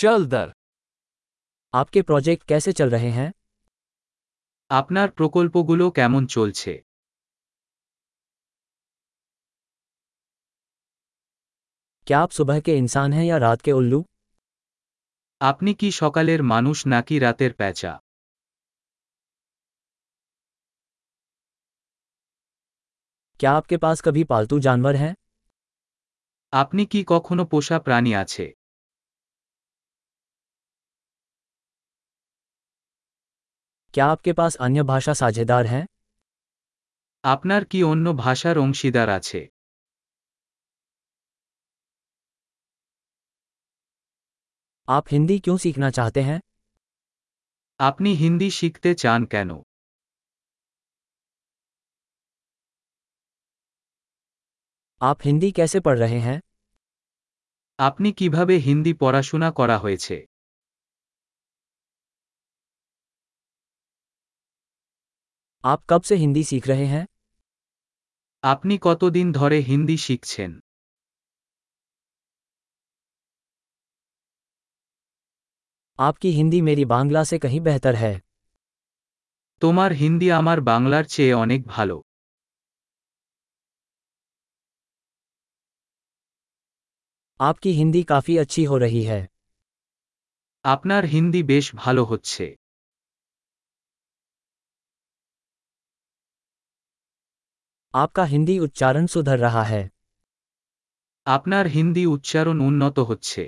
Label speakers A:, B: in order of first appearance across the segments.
A: চল দর
B: आपके प्रोजेक्ट कैसे चल रहे हैं
C: আপনার প্রকল্পগুলো কেমন চলছে
B: क्या आप सुबह के इंसान हैं या रात के उल्लू
C: আপনি কি সকালের মানুষ নাকি রাতের প্যাঁচা
B: क्या आपके पास कभी पालतू जानवर हैं
C: আপনি কি কখনো পোষা প্রাণী আছে
B: क्या आपके पास अन्य भाषा साझेदार हैं
C: আপনার কি অন্য ভাষার অংশীদার আছে
B: आप हिंदी क्यों सीखना चाहते हैं
C: আপনি হিন্দি শিখতে চান কেন
B: आप हिंदी कैसे पढ़ रहे हैं
C: আপনি কিভাবে হিন্দি পড়াশোনা করা হয়েছে
B: आप कब से हिंदी सीख रहे हैं
C: আপনি কতদিন ধরে হিন্দি শিখছেন
B: आपकी हिंदी मेरी बांग्ला से कहीं बेहतर है
C: তোমার হিন্দি আমার বাংলার চেয়ে অনেক ভালো
B: आपकी हिंदी काफ़ी अच्छी हो रही है
C: আপনার হিন্দি বেশ ভালো হচ্ছে
B: आपका हिंदी उच्चारण सुधर रहा है
C: আপনার হিন্দি উচ্চারণ উন্নত হচ্ছে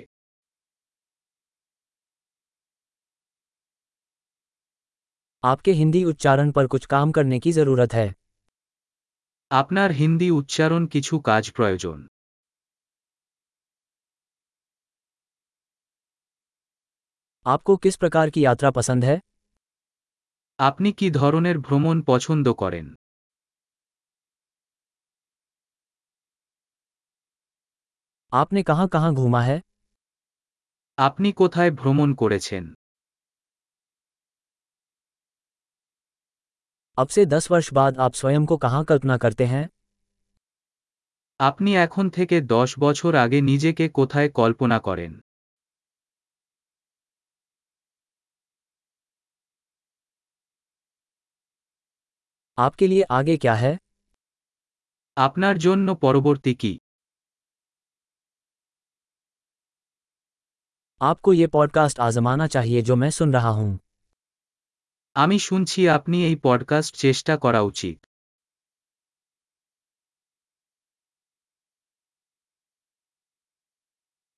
B: आपके हिंदी उच्चारण पर कुछ काम करने की ज़रूरत है
C: আপনার হিন্দি উচ্চারণ কিছু কাজ প্রয়োজন
B: आपको किस प्रकार की यात्रा पसंद है
C: আপনি কি ধরনের ভ্রমণ পছন্দ করেন
B: आपने कहाँ कहाँ घूमा है
C: আপনি কোথায় ভ্রমণ করেছেন
B: अब से दस वर्ष बाद आप स्वयं को कहाँ कल्पना करते हैं
C: আপনি এখন থেকে দশ বছর আগে নিজেকে কোথায় কল্পনা করেন
B: आपके लिए आगे क्या है
C: আপনার জন্য পরবর্তী কি
B: आपको ये पॉडकास्ट आजमाना चाहिए जो मैं सुन रहा हूँ
C: আমি শুনছি আপনি এই পডকাস্ট চেষ্টা করা উচিত